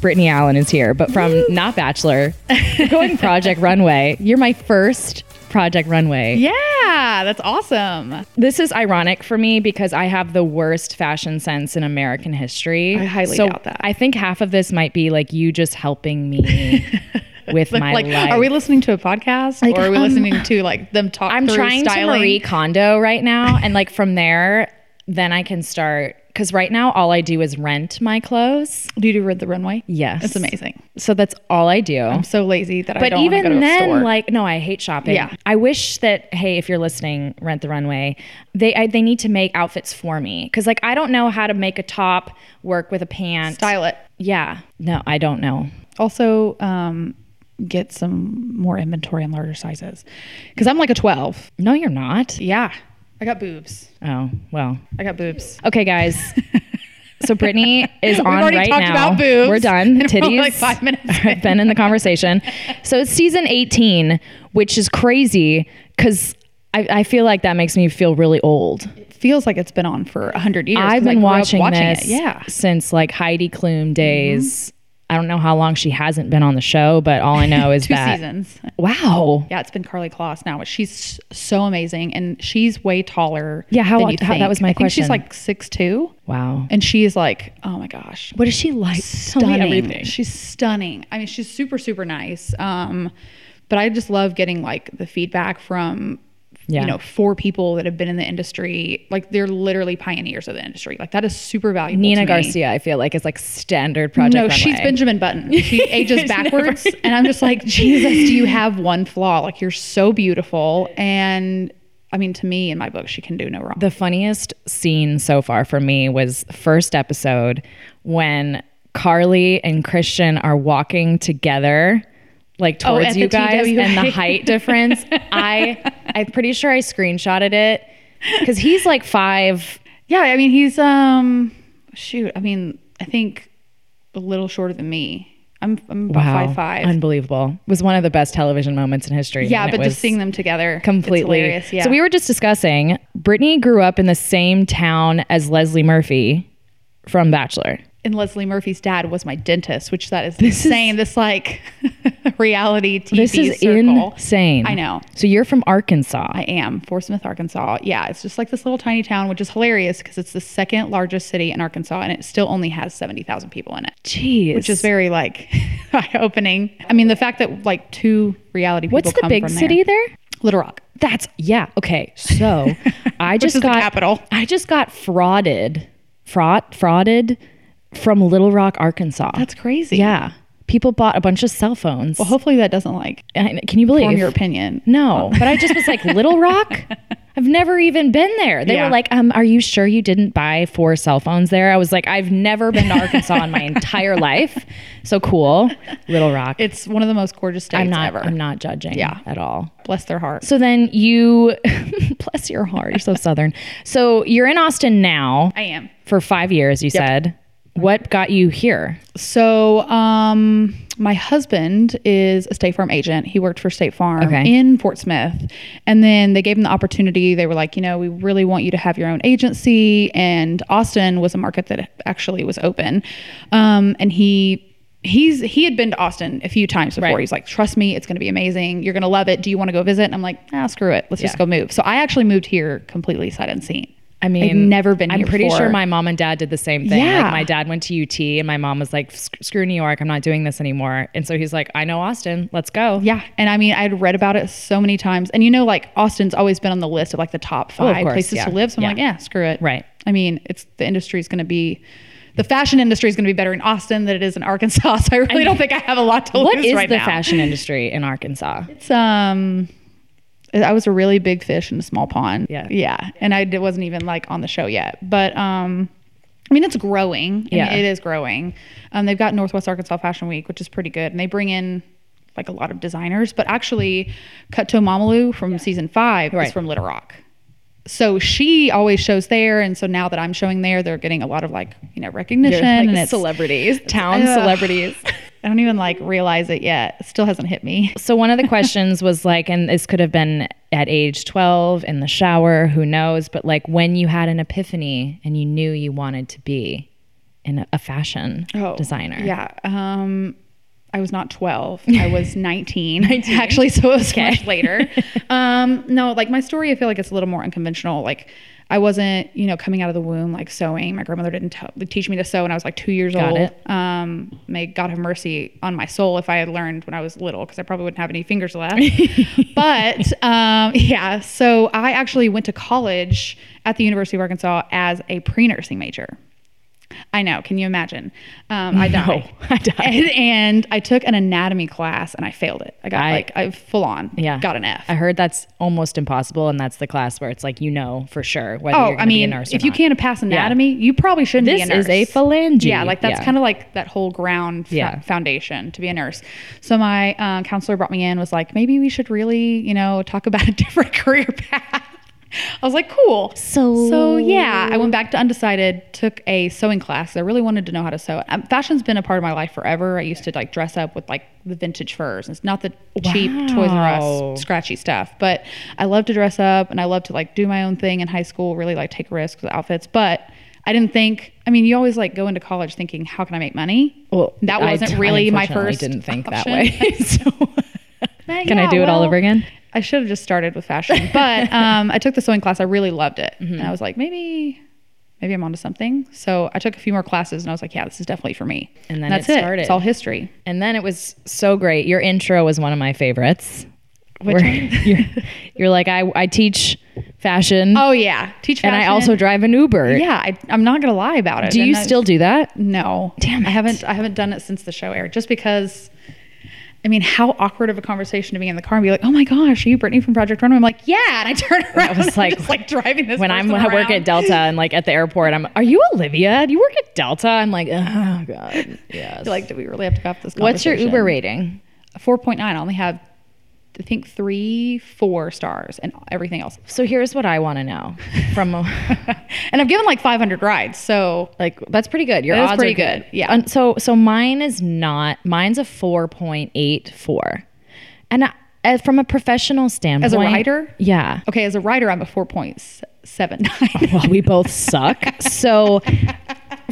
Brittany Allen is here, but from not Bachelor, going Project Runway. You're my first Project Runway. Yeah, that's awesome. This is ironic for me because I have the worst fashion sense in American history. I highly so doubt that. I think half of this might be like you just helping me with my like, life. are we listening to a podcast Like, or are we um, listening to like them talk? I'm through trying styling? to Marie Kondo right now, and like from there, then I can start. Because right now, all I do is rent my clothes. Do you read the runway? Yes, it's amazing. So that's all I do. I'm so lazy that I but don't even wanna go to then, a store. like, no, I hate shopping. Yeah. I wish that hey, if you're listening, Rent the Runway, they I, they need to make outfits for me because like I don't know how to make a top work with a pant. style it. Yeah, no, I don't know. Also, um, get some more inventory in larger sizes because I'm like a 12. No, you're not. Yeah, I got boobs. Oh well. I got boobs. Okay, guys. So Brittany is on We've already right talked now. about boobs. We're done. And we're Titties. like five minutes I've been in the conversation. So it's season 18, which is crazy because I, I feel like that makes me feel really old. Feels like it's been on for a hundred years. 'cause I've I been grew up watching, watching this It. Yeah, Mm-hmm. since like Heidi Klum days. I don't know how long she hasn't been on the show, but all I know is two that seasons. wow. Yeah, it's been Carly Kloss now. but She's so amazing, and she's way taller. Yeah, how- than you'd how- that think. was my I think question. She's like six two, Wow. and she's like, oh my gosh, What is she like? stunning! She's stunning. I mean, she's super super nice. Um, but I just love getting like the feedback from. Yeah. You know, for people that have been in the industry, like they're literally pioneers of the industry. Like that is super valuable. to Nina me. Garcia, I feel like is like standard project. No, she's Runway. Benjamin Button. She ages backwards. And I'm just like, Jesus, do you have one flaw? Like, you're so beautiful. And I mean, to me, in my book, she can do no wrong. The funniest scene so far for me was first episode when Carly and Christian are walking together like Oh, towards at you the guys TWA. and the height difference. I I'm pretty sure I screenshotted it cuz he's like 5 yeah, I mean, he's, um, shoot, I mean, I think a little shorter than me. I'm, I'm about five five. Unbelievable. It was one of the best television moments in history. yeah, and it but was just seeing them together. it's completely. hilarious, yeah. So we were just discussing Brittany grew up in the same town as Leslie Murphy from Bachelor. and Leslie Murphy's dad was my dentist, which that is insane. this like reality TV This is E circle. insane. I know. So you're from Arkansas. I am Fort Smith, Arkansas. Yeah, it's just like this little tiny town, which is hilarious because it's the second largest city in Arkansas, and it still only has seventy thousand people in it, Jeez. which is very like eye opening. I mean, the fact that like two reality people What's the come big from there. city there? Little Rock. That's yeah. Okay. So I just is the got capital. I just got frauded. Fraud frauded from Little Rock, Arkansas. That's crazy. Yeah. People bought a bunch of cell phones. Well, hopefully that doesn't like I- Can you believe form your opinion. No, but I just was like, Little Rock? I've never even been there. They Yeah. were like, um, Are you sure you didn't buy four cell phones there? I was like, I've never been to Arkansas in my entire life. So cool. Little Rock. It's one of the most gorgeous states I'm not ever. I'm not judging Yeah. at all. Bless their heart. So then you bless your heart, you're so southern. So you're in Austin now I am. for five years, you said. What got you here? So, um, my husband is a State Farm agent. He worked for State Farm Okay. in Fort Smith. And then they gave him the opportunity. They were like, you know, we really want you to have your own agency. And Austin was a market that actually was open. Um, and he, He's he had been to Austin a few times before. Right. He's like, trust me, it's going to be amazing. You're going to love it. Do you want to go visit? And I'm like, ah, screw it. Let's just Yeah. go move. So I actually moved here completely sight unseen. I mean, I've never been I'm here pretty sure before. my mom and dad did the same thing. Yeah. Like my dad went to UT and my mom was like, "Sc- screw New York. I'm not doing this anymore. And so he's like, I know Austin. Let's go. Yeah. And I mean, I'd read about it so many times. And you know, like Austin's always been on the list of like the top Oh, of five course, places yeah. to live. So I'm Yeah. like, yeah, screw it. Right. I mean, it's the industry's going to be, the fashion industry is going to be better in Austin than it is in Arkansas. So I really don't think I have a lot to What lose is right the now. fashion industry in Arkansas? It's, um, I was a really big fish in a small pond. Yeah. Yeah. And I d- wasn't even like on the show yet. But, um, I mean, it's growing. I mean, Yeah. it is growing. Um, they've got Northwest Arkansas Fashion Week, which is pretty good. And they bring in like a lot of designers, but actually, Kutto Mamalu from season five Right. is from Little Rock. So she always shows there, and so now that I'm showing there, they're getting a lot of like you know recognition Like and it's celebrities, town Ugh. celebrities. I don't even like realize it yet. It still hasn't hit me. So one of the questions was like, and this could have been at age 12 in the shower, who knows, but like when you had an epiphany and you knew you wanted to be in a fashion designer. Oh, Yeah. Um, I was not 12. I was 19, actually. So it was much later. um, no, like my story, I feel like it's a little more unconventional. Like I wasn't, you know, coming out of the womb, like sewing. My grandmother didn't t- teach me to sew when I was like two years Got old. it. Um, may God have mercy on my soul if I had learned when I was little, because I probably wouldn't have any fingers left. but um, yeah, so I actually went to college at the University of Arkansas as a pre-nursing major. I know. Can you imagine? Um, I No, died. I died. And, and I took an anatomy class and I failed it. I got I- like I full on. Yeah. Got an F. I heard that's almost impossible. And that's the class where it's like, you know, for sure whether oh, you're I going to be a mean, nurse or if you not. can't pass anatomy, you probably shouldn't be This a nurse. is a phalange. Yeah, like that's Yeah. kind of like that whole ground fo- Yeah. foundation to be a nurse. So my uh, counselor brought me in, was like, maybe we should really, you know, talk about a different career path. I was like, cool. So- so yeah, I went back to undecided, took a sewing class. I really wanted to know how to sew. Um, fashion's been a part of my life forever. I used to like dress up with like the vintage furs. It's not the cheap Toys R Wow. Us scratchy stuff, but I love to dress up and I love to like do my own thing in high school. Really like take risks with outfits, but I didn't think. I mean, you always like go into college thinking, how can I make money? Well, that I wasn't d- really my unfortunately first. didn't think that option. way. so But Can I yeah, do it all well, over again? I should have just started with fashion, but um, I took the sewing class. I really loved it, Mm-hmm. and I was like, maybe, maybe I'm onto something. So I took a few more classes, and I was like, yeah, this is definitely for me. And then that's it started. It's all history. And then it was so great. Your intro was one of my favorites. Which Where one? You're, you're like, I, I teach fashion Oh yeah, teach and fashion. I also drive an Uber. yeah, I, I'm not gonna lie about it. Do And you that- still do that? No, Damn I it. haven't. I haven't done it since the show aired, just because. I mean, how awkward of a conversation to be in the car and be like, "Oh my gosh, are you Brittany from Project Runway?" I'm like, "Yeah," and I turn around. was and I'm like- just like driving this. When I'm person I work around. at Delta and like at the airport, I'm. Are you Olivia? Do you work at Delta? I'm like, oh god, yes. You're like, do we really have to go off this? What's your Uber conversation?" rating? 4.9. I only have, I think, three, four stars and everything else. So here's what I want to know from. And I've given like 500 rides. So, Like that's pretty good. Your That is odds pretty are good. good. Yeah. And so so mine is not. Mine's a four point eight four, and I, as from a professional standpoint, rider? yeah. okay, as a rider, I'm a 4.79. Well, we both suck. So.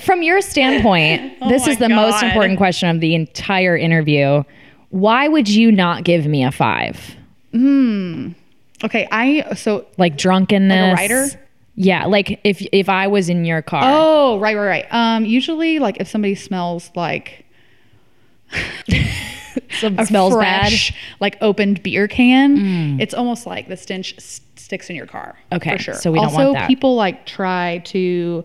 From your standpoint, this Oh my is the most God. important question of the entire interview. Why would you not give me a five? okay, I, so, Like drunkenness, rider? Yeah, like if if I was in your car, oh, right, right, right. Um, usually, like, if somebody smells like some a smells fresh, like opened beer can, it's almost like the stench s- sticks in your car. Mm. Okay, For sure. so we don't also, want that. people like try to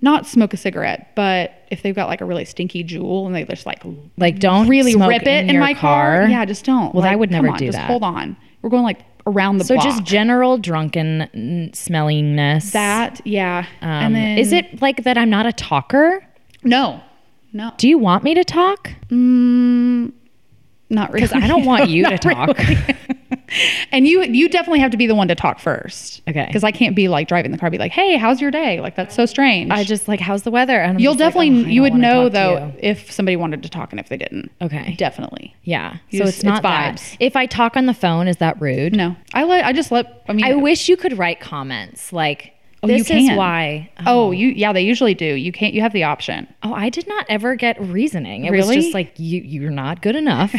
not smoke a cigarette, but if they've got like a really stinky jewel and they just like bad. Like don't really smoke rip it in, your my car. Yeah, just don't. Well, I Like, would come never on, do just that. Hold on. We're going like around the So block. just general drunken n- smelliness. that, yeah. Um, and then is it like that? I'm not a talker. no, no, Do you want me to talk? Mm, not really. Because I don't want you to Not talk. and you, you definitely have to be the one to talk first. Okay. Because I can't be like driving the car, be like, "Hey, how's your day?" Like that's so strange. I just like, how's the weather? And I'm You'll just like, definitely, "Oh, I you would don't wanna know talk to though you." if somebody wanted to talk and if they didn't. Okay. Definitely. Yeah. You so just- it's not it's that. vibes. If I talk on the phone, is that rude? No, I let. I just let. I mean, I wish you could write comments like, oh, this you is can. why. uh, Oh, you. Yeah, they usually do. You can't. You have the option. Oh, I did not ever get reasoning. It was Really? just like, you, you're not good enough.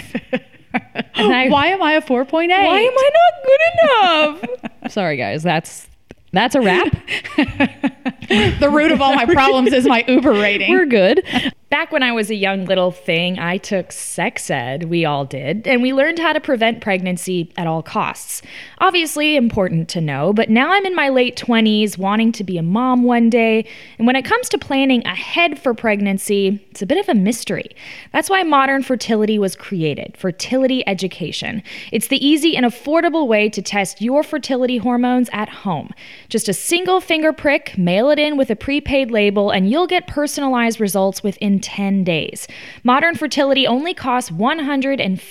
and I, Why am I a 4.8? Why why am I not good enough? Sorry, guys. That's that's a wrap. the root of all my problems is my Uber rating. We're good. Back when I was a young little thing, I took sex ed. We all did. And we learned how to prevent pregnancy at all costs. Obviously, important to know, but now I'm in my late 20s, wanting to be a mom one day. And when it comes to planning ahead for pregnancy, it's a bit of a mystery. That's why modern fertility was created fertility education. It's the easy and affordable way to test your fertility hormones at home. Just a single finger prick, mail it in with a prepaid label, and you'll get personalized results within 110 days. Modern Fertility only costs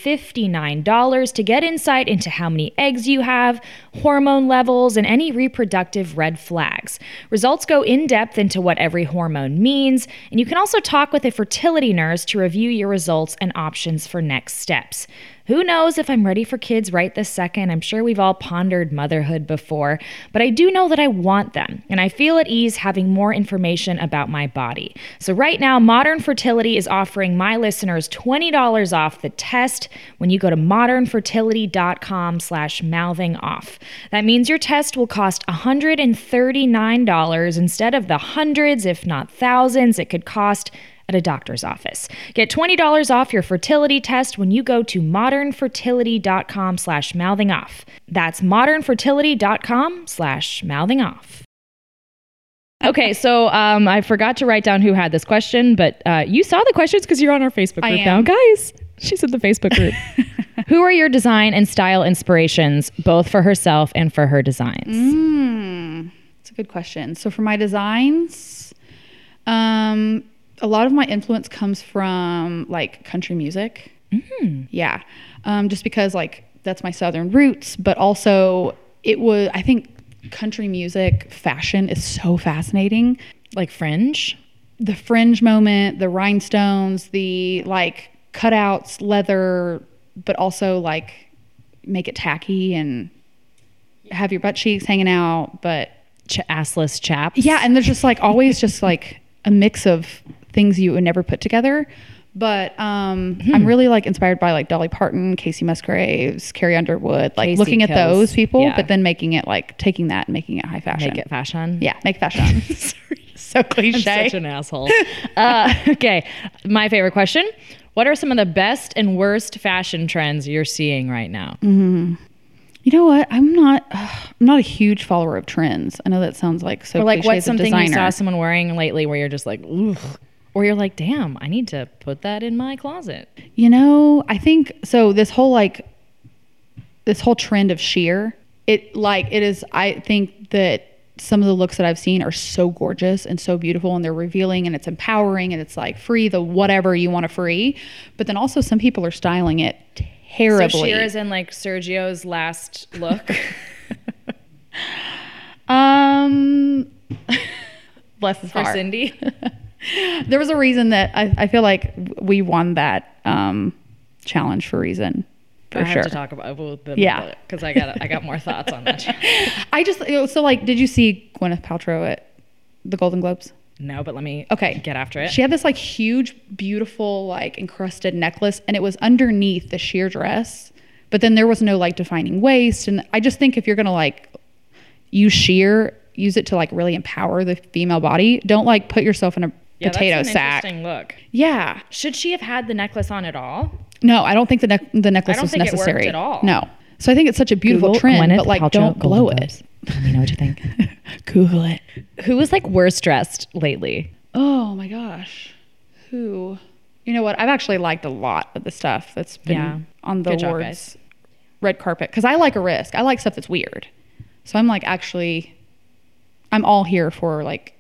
$159 to get insight into how many eggs you have, hormone levels, and any reproductive red flags. Results go in depth into what every hormone means, and you can also talk with a fertility nurse to review your results and options for next steps. Who knows if I'm ready for kids right this second? I'm sure we've all pondered motherhood before, but I do know that I want them, and I feel at ease having more information about my body. So, right now, Modern Fertility is offering my listeners $20 off the test when you go to modernfertility.com slash mouthing off. That means your test will cost $139 instead of the hundreds, if not thousands, it could cost at a doctor's office. Get $20 off your fertility test when you go to modernfertility.com slash mouthing off. That's modernfertility.com slash mouthing off. Okay, so um, I forgot to write down who had this question, but uh, you saw the questions because you're on our Facebook group I now, am. guys. She's in the Facebook group. who are your design and style inspirations, both for herself and for her designs? Mm. It's Hmm, a good question. So for my designs, um, a lot of my influence comes from like country music. Yeah, um, just because like that's my southern roots, but also it was I think country music fashion is so fascinating. Like fringe? The fringe moment, the rhinestones, the like cutouts, leather, but also like make it tacky and have your butt cheeks hanging out, but Ch- assless chaps? yeah, and there's just like always just like a mix of things you would never put together. But um, Hmm. I'm really like inspired by like Dolly Parton, Casey Musgraves, Carrie Underwood, like Casey looking at kills. those people, Yeah. but then making it like taking that and making it high fashion. Make it fashion? Yeah, make fashion. so cliche. Such an asshole. uh, okay, my favorite question. What are some of the best and worst fashion trends you're seeing right now? Mm-hmm. you know what? I'm not. I'm not a huge follower of trends. I know that sounds like so. Or like cliche what's as a something you designer. saw someone wearing lately where you're just like, ooh, or you're like, damn, I need to put that in my closet. You know, I think so. This whole like, this whole trend of sheer, it like it is. I think that some of the looks that I've seen are so gorgeous and so beautiful, and they're revealing and it's empowering and it's like free the whatever you want to free. But then also some people are styling it terribly. So sheer is in like Sergio's last look. um, bless his For heart. Cindy, There was a reason that I, I feel like we won that um challenge for a reason. For I sure. have to talk about well, the, Yeah. because I got I got more thoughts on that. I just you know, so like, did you see Gwyneth Paltrow at the Golden Globes? No, but let me Okay, get after it. She had this like huge, beautiful, like encrusted necklace, and it was underneath the sheer dress. But then there was no like defining waist, and I just think if you're gonna like use sheer, use it to like really empower the female body. Don't like put yourself in a Yeah, that's potato an sack. Interesting look. Yeah, Should she have had the necklace on at all? no, I don't think the nec- the necklace don't was think it worked necessary at all. No, so I think it's such a beautiful trend, but like don't blow it. Let me know what you think. Google it. Who was like worst dressed lately? Oh my gosh. Who? You know what? I've actually liked a lot of the stuff that's been Yeah. on the Good job, awards guys. red carpet because I like a risk. I like stuff that's weird. So I'm like actually, I'm all here for like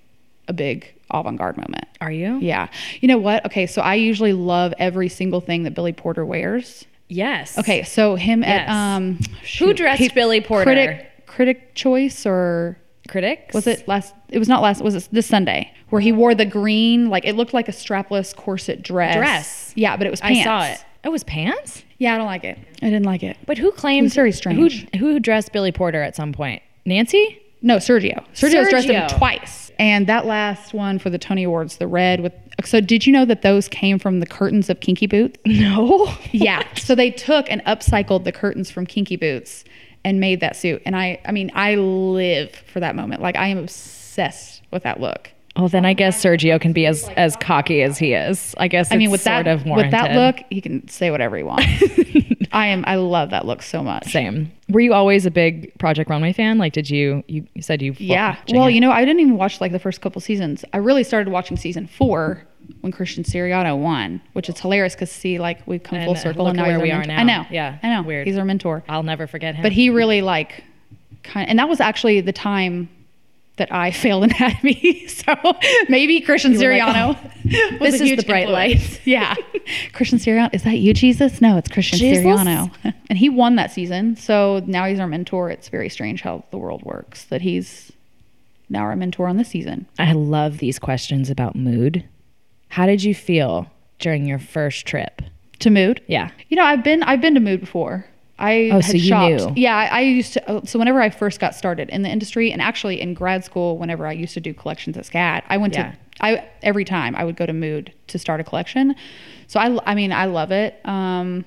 a big avant-garde moment. Are you? Yeah. You know what? Okay, so I usually love every single thing that Billy Porter wears. Yes. Okay, so him Yes. at um, Who shoot, dressed he- Billy Porter? Critic, critic choice or Critics. was it last? It was not last. Was it this Sunday where he wore the green? Like it looked like a strapless corset dress. Dress. Yeah, but it was pants. I saw it. It was pants. Yeah, I don't like it. I didn't like it. But who claimed? It was very strange. Who who dressed Billy Porter at some point? Nancy. No, Sergio. Sergio's dressed him Sergio. twice. And that last one for the Tony Awards, the red with. So did you know that those came from the curtains of Kinky Boots? No. yeah. So they took and upcycled the curtains from Kinky Boots and made that suit. And I, I mean, I live for that moment. Like I am obsessed with that look. Well, then I guess Sergio can be as as cocky as he is. I guess. I mean, it's with that sort of with that warranted. look, he can say whatever he wants. I am. I love that look so much. Same. Were you always a big Project Runway fan? Like, did you? You, you said you. Yeah. Well, you know, I didn't even watch like the first couple seasons. I really started watching season four when Christian Siriano won, which is hilarious because see, like we've come And, full uh, circle, look and now where he's our we are mentor. now. I know. Yeah. I know. Weird. He's our mentor. I'll never forget him. but he really like kind and that was actually the time that I fail anatomy. so maybe Christian Siriano was "Oh, this is a huge the bright influence. Yeah. Christian Siriano. Is that you, Jesus? No, it's Christian Jesus? Siriano. and he won that season. So now he's our mentor. It's very strange how the world works that he's now our mentor on this season. I love these questions about mood. How did you feel during your first trip? To mood. Yeah. You know, I've been I've been to Mood before. I Oh, had so you shopped. knew. Yeah, I, I used to. oh, So whenever I first got started in the industry, and actually in grad school, whenever I used to do collections at SCAD, I went Yeah. to. I every time I would go to Mood to start a collection. So I, I mean, I love it. Um,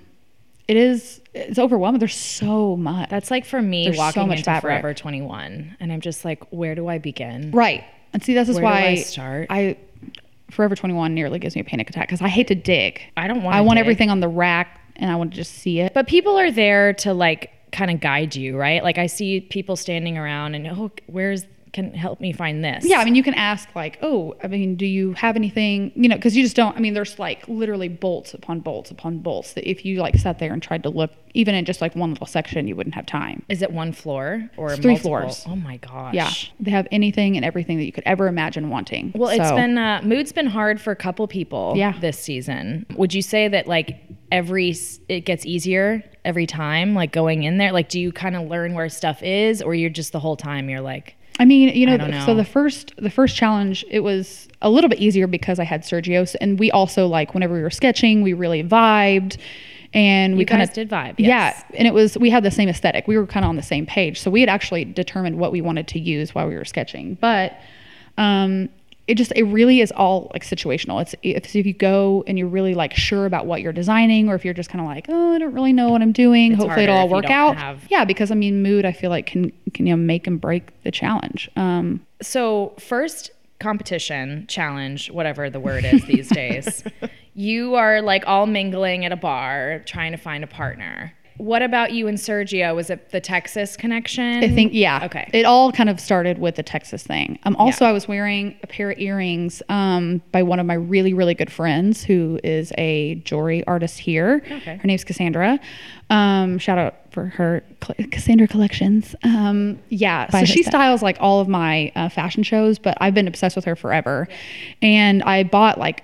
it is it's overwhelming. There's so much. That's like for me There's so walking much into fabric. Forever 21 and I'm just like, where do I begin? right. And see, this is Where do why I start? I Forever 21 nearly gives me a panic attack because I hate to dig. I don't want I want dig. everything on the rack, and I want to just see it. But people are there to like kind of guide you, right? Like I see people standing around and oh, where's can help me find this? Yeah, I mean, you can ask like, oh, I mean, do you have anything? You know, because you just don't. I mean, there's like literally bolts upon bolts upon bolts that if you like sat there and tried to look, even in just like one little section, you wouldn't have time. Is it one floor or three multiple? floors. Oh my gosh. Yeah, they have anything and everything that you could ever imagine wanting. Well, it's So, been uh, mood's been hard for a couple people Yeah. this season. Would you say that like every s- it gets easier every time like going in there? Like do you kind of learn where stuff is or you're just the whole time you're like I mean, you know, don't know. so the first the first challenge it was a little bit easier because I had Sergio's, and we also like whenever we were sketching, we really vibed, and we You guys kind did vibe, yes. Yeah, and it was we had the same aesthetic. We were kind of on the same page, so we had actually determined what we wanted to use while we were sketching, but. um it just it really is all like situational it's if, if you go and you're really like sure about what you're designing or if you're just kind of like oh i don't really know what i'm doing hopefully it'll harder all if you work don't out have- yeah because i mean mood i feel like can can you know make and break the challenge um so first competition challenge whatever the word is these days you are like all mingling at a bar trying to find a partner what about you and sergio was it the texas connection I think yeah. Mm-hmm. okay It all kind of started with the Texas thing. Um also I was wearing a pair of earrings um by one of my really really good friends who is a jewelry artist here. Okay. Her name's Cassandra. Um shout out for her cl- Cassandra collections. Um yeah, so she styles like all of my uh, fashion shows, but I've been obsessed with her forever. And I bought like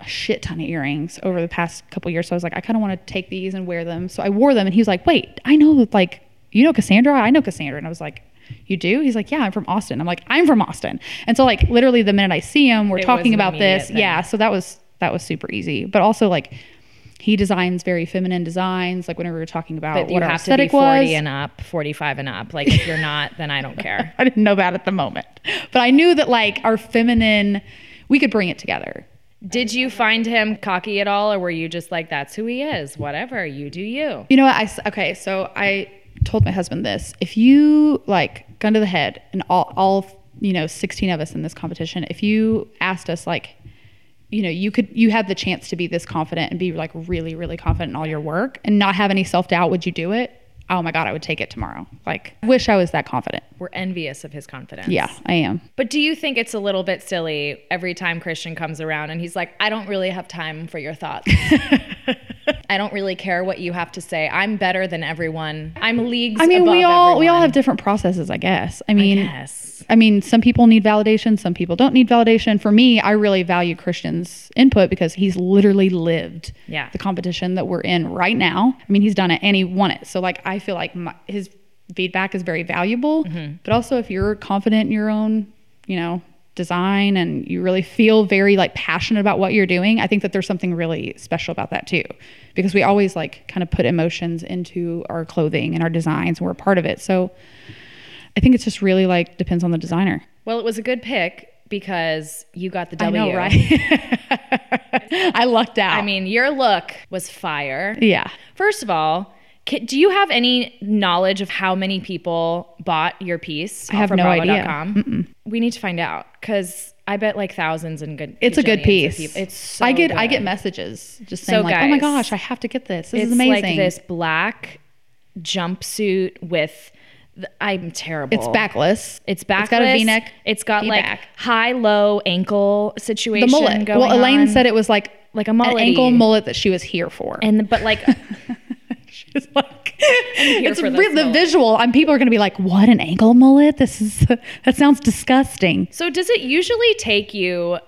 a shit ton of earrings over the past couple years. So I was like, I kind of want to take these and wear them. So I wore them, and he was like, Wait, I know, like, you know Cassandra? I know Cassandra. And I was like, You do? He's like, Yeah, I'm from Austin. I'm like, I'm from Austin. And so, like, literally the minute I see him, we're It was talking an about this. immediate thing. Yeah. So that was, that was super easy. But also, like, he designs very feminine designs. Like, whenever we were talking about But you what our have to be aesthetic 40 was, and up 45 and up like if you're not then i don't care I didn't know that at the moment. But I knew that, like, our feminine, we could bring it together. Did you find him cocky at all, or were you just like, that's who he is? Whatever, you do you. You know what? I s- okay. So I told my husband this: if you like gun to the head, and all all you know, sixteen of us in this competition, if you asked us like, you know, you could you have the chance to be this confident and be like really really confident in all your work and not have any self doubt, would you do it? Oh my god, I would take it tomorrow. Like, I wish I was that confident. We're envious of his confidence. Yeah, I am. But do you think it's a little bit silly every time Christian comes around and he's like, I don't really have time for your thoughts? I don't really care what you have to say. I'm better than everyone. I'm leagues. I mean, we above all we all everyone." have different processes, I guess. I mean, Yes. I mean, some people need validation, some people don't need validation. For me, I really value Christian's input because he's literally lived Yeah. the competition that we're in right now. I mean, he's done it and he won it. So, like, I feel like my, his feedback is very valuable. But also, if you're confident in your own, you know, design and you really feel very like passionate about what you're doing, I think that there's something really special about that too. Because we always like kind of put emotions into our clothing and our designs and we're a part of it. So, I think it's just really like depends on the designer. Well, it was a good pick because you got the W. I know, right? I lucked out. I mean, your look was fire. yeah. First of all, ca- do you have any knowledge of how many people bought your piece? I have from no Bravo dot idea. com? We need to find out because I bet like thousands and good. It's a gajillions good of piece. people- It's so I get I good. get messages just So, saying like, "Oh my guys, gosh, I have to get this. This It's is amazing." like this black jumpsuit with. th- I'm terrible. It's backless. It's backless. It's got a V-neck. It's got like V-back. high, low ankle the situation. mullet. Going Well, Elaine on. said it was like Like a an mullet-y. ankle mullet that she was here for. and the- but like she was like, here it's for this re- the mullet. visual. And people are going to be like, "What an ankle mullet! This is that sounds disgusting." So does it usually take you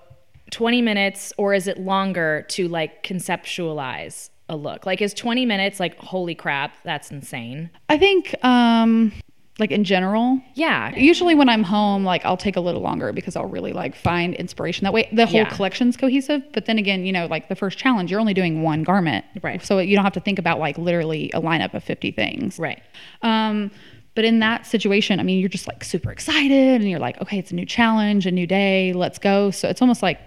20 minutes or is it longer to like conceptualize a look? Like is 20 minutes like holy crap, that's insane. I think, um, like in general, Yeah. usually when I'm home, like I'll take a little longer because I'll really like find inspiration that way. The whole Yeah. collection's cohesive, but then again, you know, like the first challenge, you're only doing one garment, Right. So you don't have to think about like literally a lineup of 50 things, Right. Um, but in that situation, I mean, you're just like super excited and you're like, okay, it's a new challenge, a new day, let's go. So it's almost like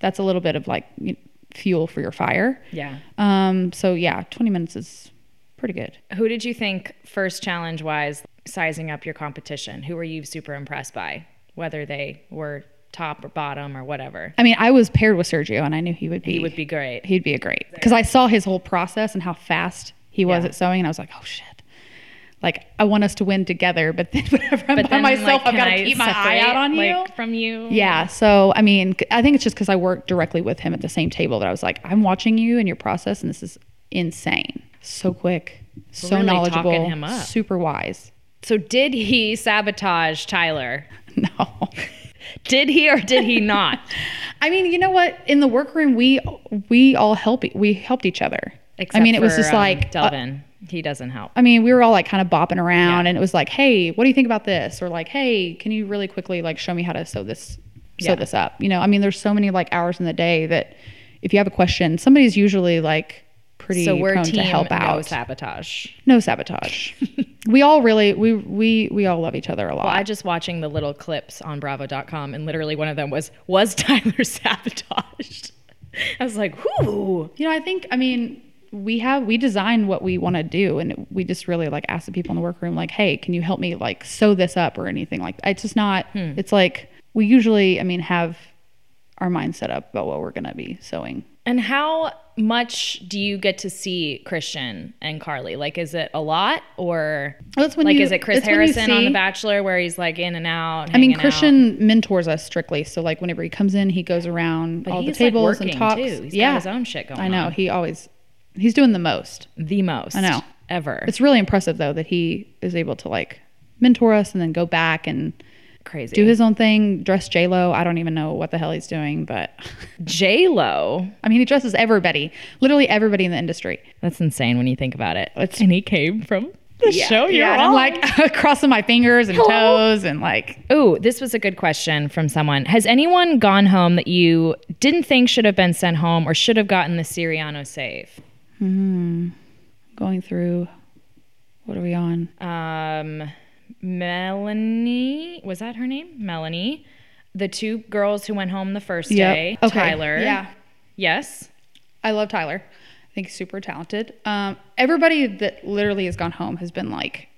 that's a little bit of like you fuel for your fire. Yeah. Um, so yeah, 20 minutes is pretty good. Who did you think first challenge wise sizing up your competition? Who were you super impressed by? Whether they were top or bottom or whatever. I mean, I was paired with Sergio and I knew he would be, He would be great. he'd be a great because I saw his whole process and how fast he was Yeah. at sewing, and I was like, oh shit. Like I want us to win together, but then whenever I'm by then, myself, like, I've can got I to keep my eye separate, out on you. like, from you. yeah. So I mean, c- I think it's just because I work directly with him at the same table that I was like, I'm watching you and your process, and this is insane. So quick, so Really talking knowledgeable, him up. super wise. So did he sabotage Tyler? No. Did he or did he not? I mean, you know what? In the workroom, we we all help. e- We helped each other. Except I mean, it was for, just um, like uh, Delvin. he doesn't help. I mean, we were all like kind of bopping around, and it was like, "Hey, what do you think about this?" Or like, "Hey, can you really quickly like show me how to sew this sew Yeah. this up?" You know, I mean, there's so many like hours in the day that if you have a question, somebody's usually like pretty So we're prone team to help out. no sabotage. No sabotage. we all really we we we all love each other a lot. I just watching the little clips on Bravo.com, and literally one of them was was Tyler sabotaged. I was like, whoo. you know, I think I mean we have we design what we want to do, and we just really like ask the people in the workroom like, "Hey, can you help me like sew this up or anything like?" It's just not. Hmm. It's like we usually, I mean, have our mind set up about what we're gonna be sewing. And how much do you get to see Christian and Carly? Like, is it a lot or That's when like you- is it Chris it's when you Harrison on see- The Bachelor where he's like in and out? I mean, hanging out? Christian mentors us strictly, so like whenever he comes in, he goes around all he's, the like, tables working, and talks. too. He's got yeah, his own shit going I know on. he always he's doing the most. the most I know. ever. It's really impressive though that he is able to like mentor us and then go back and crazy. do his own thing, dress J Lo. I don't even know what the hell he's doing, but J Lo. I mean, he dresses everybody, literally everybody in the industry. That's insane when you think about it. and he came from the show you're yeah, and on. I'm like crossing my fingers and toes and like Ooh, this was a good question from someone. Has anyone gone home that you didn't think should have been sent home or should have gotten the Siriano save? going through. What are we on? Um, Melanie, was that her name? Melanie. The two girls who went home the first Yep. day. Okay. Tyler. Yeah. Yes. I love Tyler. I think he's super talented. Um, everybody that literally has gone home has been like,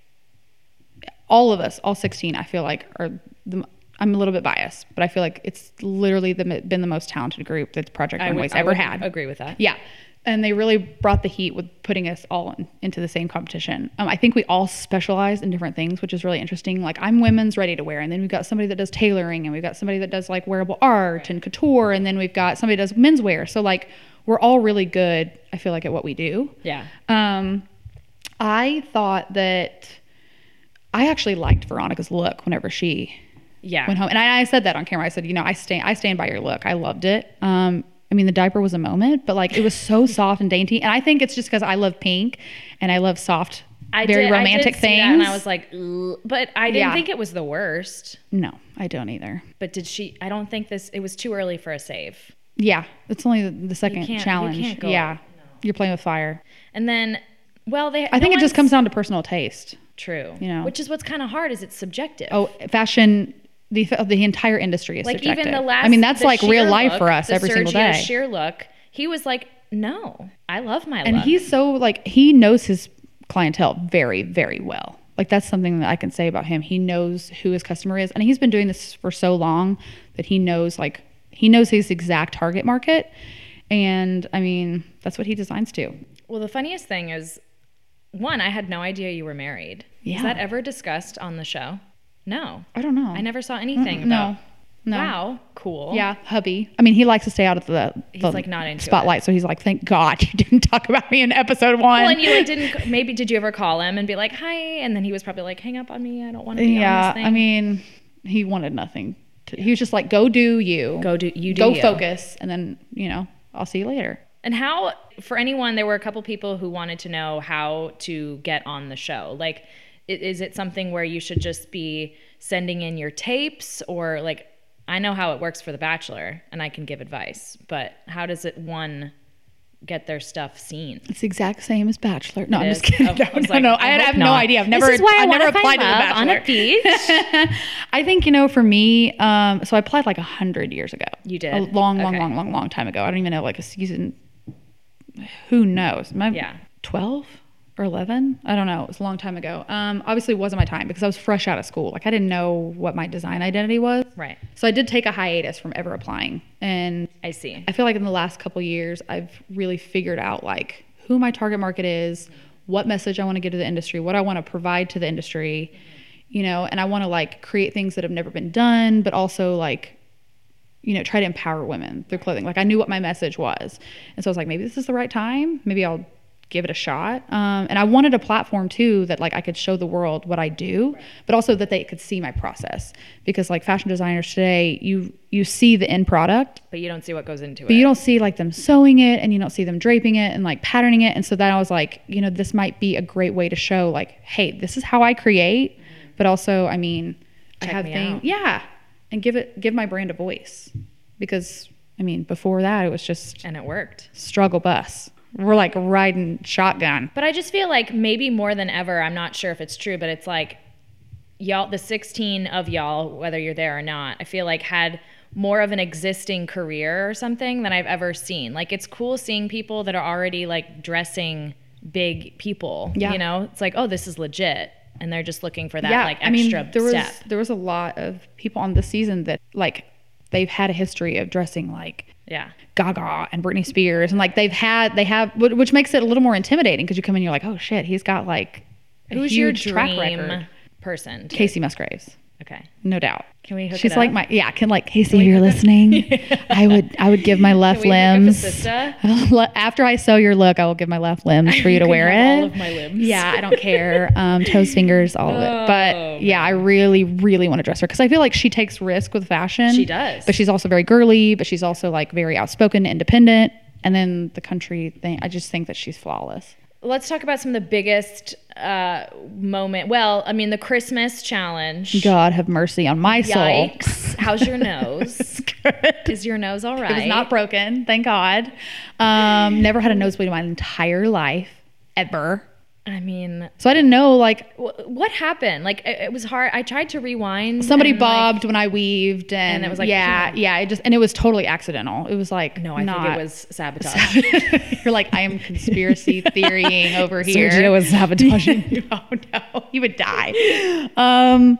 all of us, all 16, I feel like are the. I'm a little bit biased, but I feel like it's literally the, been the most talented group that Project I would- Runway's I ever would had. Agree with that. Yeah. And they really brought the heat with putting us all in, into the same competition. Um, I think we all specialize in different things, which is really interesting. Like I'm women's ready to wear, and then we've got somebody that does tailoring, and we've got somebody that does like wearable art and couture, and then we've got somebody that does menswear. So like we're all really good. I feel like at what we do. Yeah. Um, I thought that I actually liked Veronica's look whenever she Yeah. went home, and I, I said that on camera. I said, you know, I stand, I stand by your look. I loved it. Um, I mean, the diaper was a moment, but like it was so soft and dainty, and I think it's just because I love pink and I love soft, I did- I very did romantic see that things. and I was like, "Ugh," but I didn't Yeah. think it was the worst. no, I don't either. But did she? I don't think this. It was too early for a save. Yeah, it's only the, the second can't- you challenge. can't go- yeah, you're playing with fire. And then, well, they. I think it just comes down to personal taste. true. you know. which is what's kind of hard. Is it's subjective. Oh, fashion. The, the entire industry is like subjective. even the last. I mean, that's the like real sheer life for look, us the every single Sergio day. Sheer look. He was like, no, I love my and look. he's so like he knows his clientele very very well like that's something that i can say about him he knows who his customer is and he's been doing this for so long that he knows like he knows his exact target market and i mean that's what he designs to well, the funniest thing is, one, I had no idea you were married. Yeah. Is that ever discussed on the show? No, i don't know I never saw anything no about No. Wow, cool. Yeah, hubby. I mean, he likes to stay out of the, he's like, not into spotlight, so he's like, "Thank God you didn't talk about me in episode one." Well, and you like, didn't maybe did you ever call him and be like hi and then he was probably like hang up on me I don't want to be on yeah, this thing. I mean, he wanted nothing. To, He was just like, "Go do you. Go do- you do Go you." focus, and then you know, I'll see you later." And how, for anyone, there were a couple people who wanted to know how to get on the show. Like, i- is it something where you should just be sending in your tapes or like, I know how it works for The Bachelor and I can give advice, but how does it one get their stuff seen? It's the exact same as Bachelor. No, I'm just is. kidding. Oh, no, I was no, like, no. I I, hope have no not. idea. I've never, this is why I, I've want never to find applied to the love on Bachelor. a beach. I think you know, for me, um, so I applied like a hundred years ago. You did? a long, long, Okay. long, long, long time ago. I don't even know like a season. Who knows? Am I Yeah. twelve or eleven? I don't know. It was a long time ago. Um, obviously, it wasn't my time because I was fresh out of school. Like I didn't know what my design identity was. Right. So I did take a hiatus from ever applying, and I see. I feel like in the last couple years, I've really figured out like who my target market is, what message I want to give to the industry, what I want to provide to the industry, you know, and I want to like create things that have never been done, but also like, you know, try to empower women through clothing. Like I knew what my message was. And so I was like, maybe this is the right time. Maybe I'll give it a shot. Um, and I wanted a platform too that like I could show the world what I do, but also that they could see my process because like fashion designers today, you you see the end product But you don't see what goes into but it. you don't see like them sewing it and you don't see them draping it and like patterning it and so then i was like you know this might be a great way to show like hey this is how i create but also i mean i have me thing- out. yeah and give it give my brand a voice because i mean before that it was just and it worked. struggle bus we're like riding shotgun But I just feel like maybe more than ever, I'm not sure if it's true, but it's like y'all, the 16 of y'all, whether you're there or not, I feel like had more of an existing career or something than I've ever seen. Like it's cool seeing people that are already like dressing big people. Yeah. You know, it's like, oh, this is legit. And they're just looking for that yeah like extra i mean there step. was there was a lot of people on this season that like they've had a history of dressing like yeah. Gaga and Britney Spears, and like they've had, they have, wh- which makes it a little more intimidating because you come in, you're like, oh shit, he's got like a Who's your huge dream track record. person? to- Casey Musgraves, Okay. no doubt. Can we hook She's it like up? my yeah. Can like Casey, you're listening. I would I would give my left we hook up a limbs. sister? After I sew your look, I will give my left limbs for you to can wear have it. all of my limbs. Yeah, I don't care. Um, toes, fingers, all of it. But Oh, yeah, I really, really want to dress her because I feel like she takes risk with fashion. She does. But she's also very girly. But she's also like very outspoken, independent. And then the country thing. I just think that she's flawless. Let's talk about some of the biggest uh, moment. Well, I mean, the Christmas challenge. God have mercy on my soul. Yikes! How's your nose? Is your nose all right? It was not broken, thank God. Um, never had a nosebleed in my entire life, ever. I mean, So I didn't know. Like wh- what happened? Like, it, it was hard. I tried to rewind. somebody and, like, bobbed when I weaved, and, it was like, yeah, yeah. It just and it was totally accidental. It was like no, I not, think it was sabotage. You're like I am conspiracy theorying over here. Sergio was sabotaging. oh no, he would die. Um,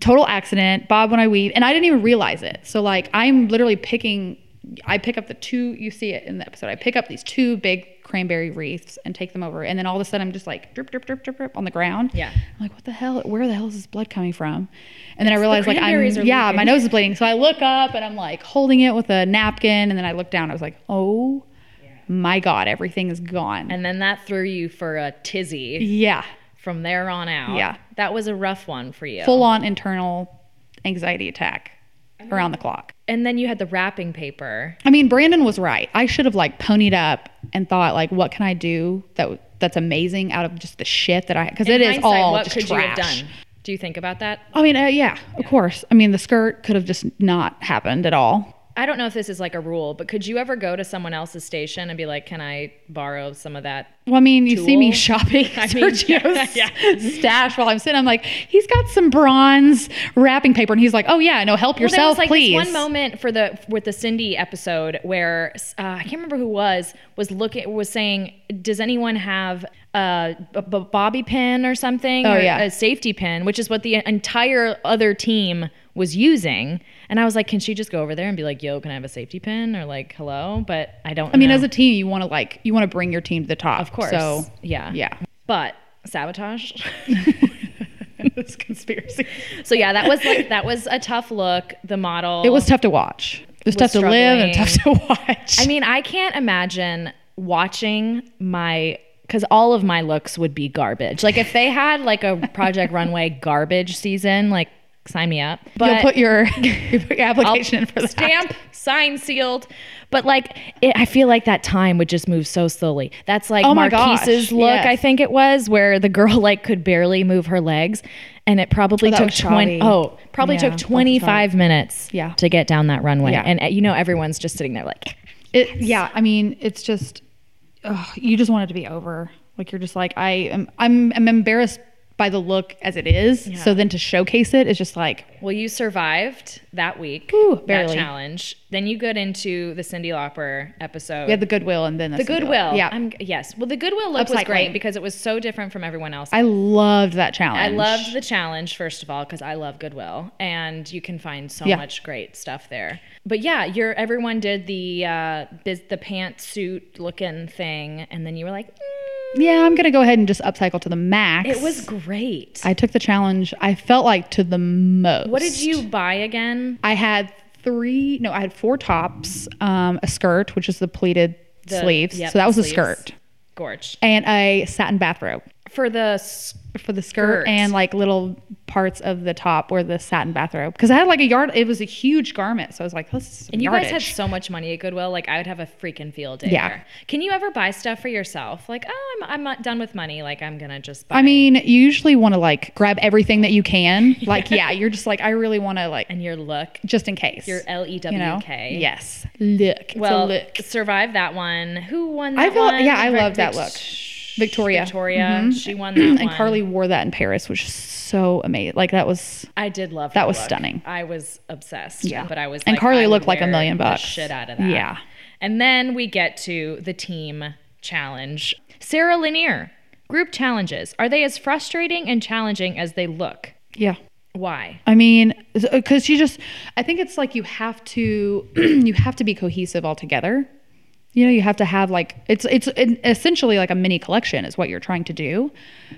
total accident. Bob, when I weave, and I didn't even realize it. So like, I'm literally picking. I pick up the two. You see it in the episode. I pick up these two big cranberry wreaths and take them over, and then all of a sudden I'm just like drip, drip, drip, drip, drip on the ground. Yeah. I'm like, what the hell? Where the hell is this blood coming from? And then I realized like I'm cranberries are yeah, my leaking. nose is bleeding. So I look up and I'm like holding it with a napkin, and then I look down. I was like, oh. My God, everything is gone. and then that threw you for a tizzy yeah, from there on out. Yeah. That was a rough one for you. full on internal anxiety attack around the clock. And then you had the wrapping paper. I mean, Brandon was right. I should have like ponied up and thought like, what can I do that that's amazing out of just the shit that I because it In is hindsight, all What just could trash. you have done? Do you think about that? I mean, uh, yeah, of course. I mean, the skirt could have just not happened at all. I don't know if this is like a rule, but could you ever go to someone else's station and be like, "Can I borrow some of that?" Well, I mean, you see me Tool. shopping I mean, Sergio's yeah, stash while I'm sitting. I'm like, he's got some bronze wrapping paper, and he's like, oh yeah, no, help there was yourself, like please. this one moment for the with the Cindy episode where uh, I can't remember who was was looking was saying, "Does anyone have a, b- b- bobby pin or something? Oh, or yeah. a safety pin, which is what the entire other team was using." And I was like, "Can she just go over there and be like, yo, can I have a safety pin?' Or like, hello?' But I don't. I mean, as a team, you want to like you want to bring your team to the top, of course, So yeah, yeah. But sabotage. this conspiracy. So yeah, that was like that was a tough look. The model. It was tough to watch. It Was was, tough to live and tough to struggling. watch. I mean, I can't imagine watching my because all of my looks would be garbage. Like if they had like a Project Runway garbage season, like sign me up. But You'll put your, you put your I'll- application in for that. stamp, sign sealed. But like, it, I feel like that time would just move so slowly. That's like Oh my gosh, Marquise's look, yes. I think it was, where the girl like could barely move her legs, and it probably that took was twenty. shoddy. Oh, probably Yeah, that took was twenty five minutes. Yeah. to get down that runway, Yeah. and uh, you know everyone's just sitting there like, It, yeah, I mean, it's just ugh, you just want it to be over. Like you're just like I am. I'm, I'm embarrassed by the look as it is. So then to showcase it is just like well, you survived that week, Ooh, that barely. challenge. Then you get into the Cindy Lauper episode. we had the goodwill and then the Goodwill. Yeah, I'm, yes. Well, the Goodwill look was Upcycling. great because it was so different from everyone else. I loved that challenge. I loved the challenge, first of all, because I love Goodwill, and you can find so Yeah. much great stuff there. But yeah, your everyone did the uh, biz, the pantsuit looking thing, and then you were like, mm, Yeah, I'm gonna go ahead and just upcycle to the max. it was great. I took the challenge. I felt like to the most. what did you buy again? I had three. No, I had four tops, um, a skirt, which is the pleated The- sleeves. yep, so that was sleeves. a skirt, Gorge and a satin bathrobe. for the s- for the skirt, Skirt. and like little parts of the top where the satin bathrobe because I had like a yard. It was a huge garment, so I was like, "This is some and you yardage." guys had so much money at Goodwill. Like I would have a freaking field day. Yeah. there. Can you ever buy stuff for yourself? Like, oh, I'm I'm not done with money. Like I'm gonna just. buy I mean, you usually want to like grab everything that you can. Like, yeah, you're just like, I really want to like and your look. just in case. Your L E you know? W K. Yes, look. It's well, a look. survive that one. Who won that I felt one? yeah, I Vic- loved that Vic- look. Victoria. Mm-hmm. Victoria, she won that and one. Carly wore that in Paris, which is so amazing. Like that was I did love That her was look. stunning. I was obsessed. Yeah. but I was And like, Carly I would looked like a wear million the bucks. shit out of that. Yeah. and then we get to the team challenge. Sarah Lanier, group challenges. Are they as frustrating and challenging as they look? yeah. Why? I mean, because you just, I think it's like you have to, you have to be cohesive altogether. You know, you have to have like it's it's an, essentially like a mini collection is what you're trying to do,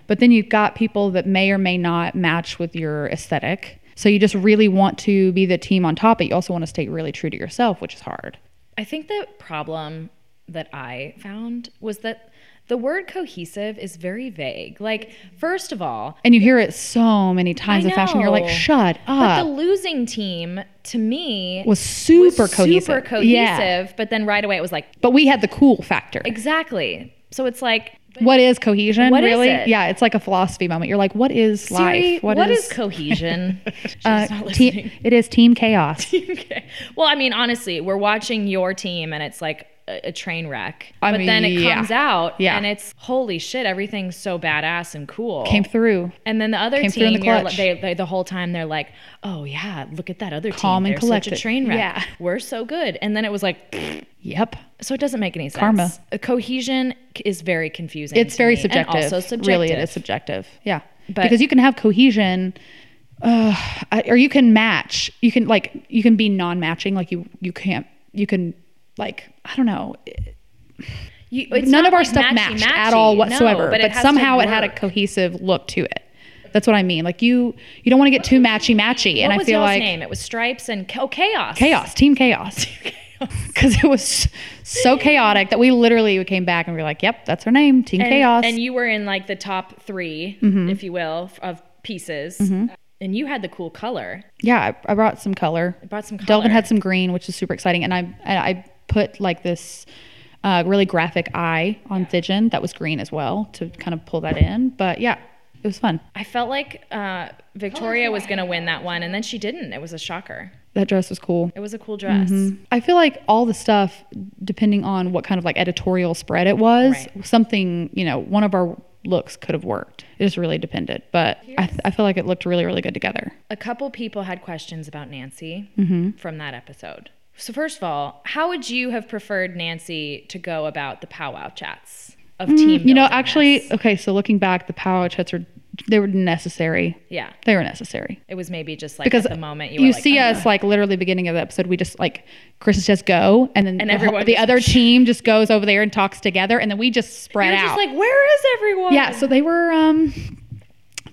but then you've got people that may or may not match with your aesthetic. So you just really want to be the team on top, but you also want to stay really true to yourself, which is hard. I think the problem that I found was that the word cohesive is very vague. Like, first of all, And you hear it so many times I in fashion. You're like, know. shut But up. the losing team, to me, was super cohesive. Super cohesive. Yeah. But then right away it was like, But we had the cool factor. exactly. So it's like, What is cohesion? What is really? it? Yeah, it's like a philosophy moment. You're like, what is Siri, life? what is, cohesion? She's uh, not team- listening. It is team chaos. okay. Well, I mean, honestly, we're watching your team and it's like a, a train wreck. I but then it mean, yeah. comes out Yeah. and it's holy shit, everything's so badass and cool. Came through. And then the other Came through in team, the you're- clutch. they, they the whole time they're like, "Oh yeah, look at that other Calm team. and They're such collected. a train wreck. Yeah. We're so good." And then it was like, Yep. so it doesn't make any sense. Karma. Uh, cohesion c- is very confusing. It's to very me, subjective. And also subjective. Really, it is subjective. Yeah. But- because you can have cohesion. Uh, or you can match. You can like you can be non-matching. Like you you can't. You can like I don't know. You- it's None not of our like stuff matchy-matchy. matched at all No, whatsoever. but it has to somehow it had a work. cohesive look to it. That's what I mean. Like you you don't want to get too matchy matchy. And What I was feel y'all's like name? It was Stripes and oh, Chaos. chaos, team chaos. Because it was so chaotic that we literally came back and we were like, yep, that's her name, Team And, Chaos. Mm-hmm. And you were in like the top 3 if you will, f- of pieces. And you had the cool color. yeah, I, I brought some color. I brought some color. Delvin had some green, which is super exciting. And I, and I put like this uh, really graphic eye on Thijin that was green as well to kind of pull that in. But yeah, it was fun. I felt like uh, Oh, Victoria was going to win that one, and then she didn't. It was a shocker. That dress was cool. It was a cool dress. I feel like all the stuff, depending on what kind of like editorial spread it was, Right. something, you know, one of our looks could have worked. It just really depended. But I, th- I feel like it looked really, really good together. A couple people had questions about Nancy Mm-hmm. from that episode. So, first of all, how would you have preferred Nancy to go about the powwow chats of team? Mm, You know, building actually, this? okay, so looking back, the power chats are, they were necessary. yeah, They were necessary. it was maybe just like Because at the moment you, you, were like, "Oh, "Uh-huh." see "Ugh." us like literally beginning of the episode, we just like Chris says go, and then And the, whole- everyone the just- other team just goes over there and talks together, and then we just spread You're just out. like, where is everyone? yeah, so they were um,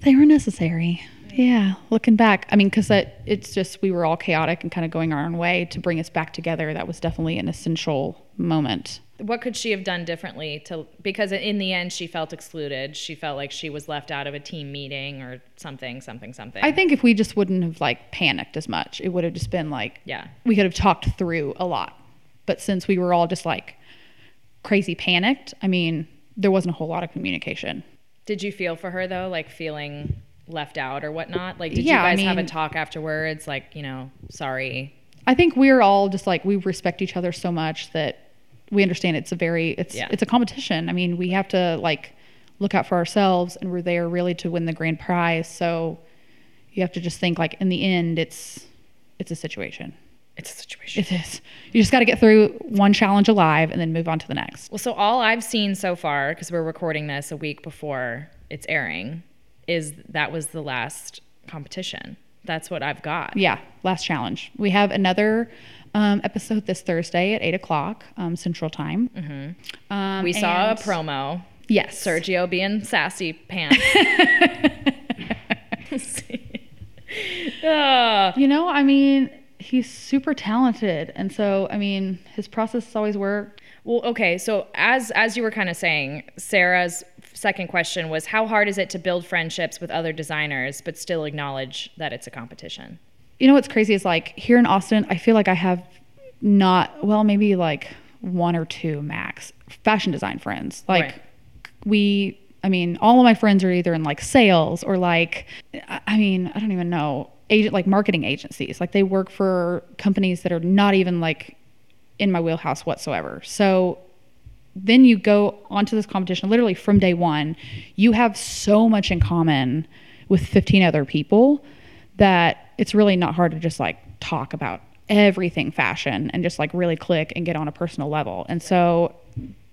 they were necessary. Yeah, looking back, I mean, because it's just we were all chaotic and kind of going our own way to bring us back together. That was definitely an essential moment. What could she have done differently to because in the end she felt excluded. She felt like she was left out of a team meeting or something, something, something. I think if we just wouldn't have like panicked as much, it would have just been like, Yeah. we could have talked through a lot. But since we were all just like crazy panicked, I mean, there wasn't a whole lot of communication. Did you feel for her though, like feeling left out or whatnot? Like, did Yeah, I you guys have a mean- talk afterwards? Like, you know, sorry. I think we're all just like we respect each other so much that we understand it's a very it's Yeah. it's a competition. I mean, we have to like look out for ourselves and we're there really to win the grand prize. So you have to just think like in the end it's it's a situation. It's a situation. It is. You just got to get through one challenge alive and then move on to the next. Well, so all I've seen so far, because we're recording this a week before it's airing, is that was the last competition. That's what I've got. Yeah, last challenge. We have another um, episode this Thursday at eight o'clock um, Central Time. Mm-hmm. Um, We saw a and- promo, Yes, Sergio being sassy pants. Ugh. You know, I mean, he's super talented, and so I mean, his process has always worked. Well, okay. So as as you were kind of saying, Sarah's second question was how hard is it to build friendships with other designers but still acknowledge that it's a competition? You know what's crazy is like here in Austin, I feel like I have not well, maybe like one or two max fashion design friends. Like Right. we, I mean, all of my friends are either in like sales or like, I I mean, I don't even know agent like marketing agencies. Like they work for companies that are not even like in my wheelhouse whatsoever. So then you go onto this competition literally from day one you have so much in common with 15 other people that it's really not hard to just like talk about everything fashion and just like really click and get on a personal level and so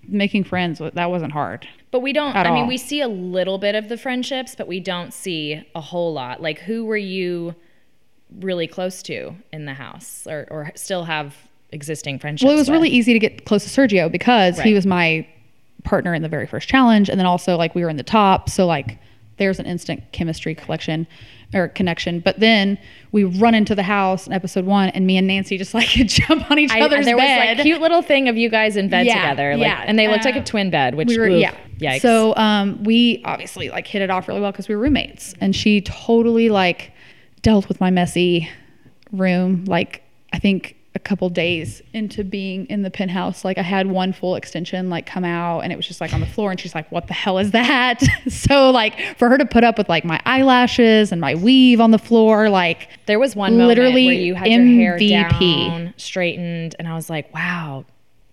making friends wa- that wasn't hard But we don't At I mean all. we see a little bit of the friendships, but we don't see a whole lot. Like who were you really close to in the house or or still have existing friendships? well it was really with? easy to get close to sergio because Right. he was my partner in the very first challenge and then also like we were in the top so like there's an instant chemistry collection or connection but then we run into the house in episode one and me and nancy just like jump on each I, other's there was bed like cute little thing of you guys in bed Yeah, together, like, yeah. and they looked like a Uh, twin bed, which we were oof, yeah yikes. so um we obviously like hit it off really well because we were roommates and she totally like dealt with my messy room like i think a couple days into being in the penthouse like i had one full extension like come out and it was just like on the floor and she's like what the hell is that so like for her to put up with like my eyelashes and my weave on the floor like There was one moment Literally where you had your hair MVP. down, straightened, and I was like, "Wow,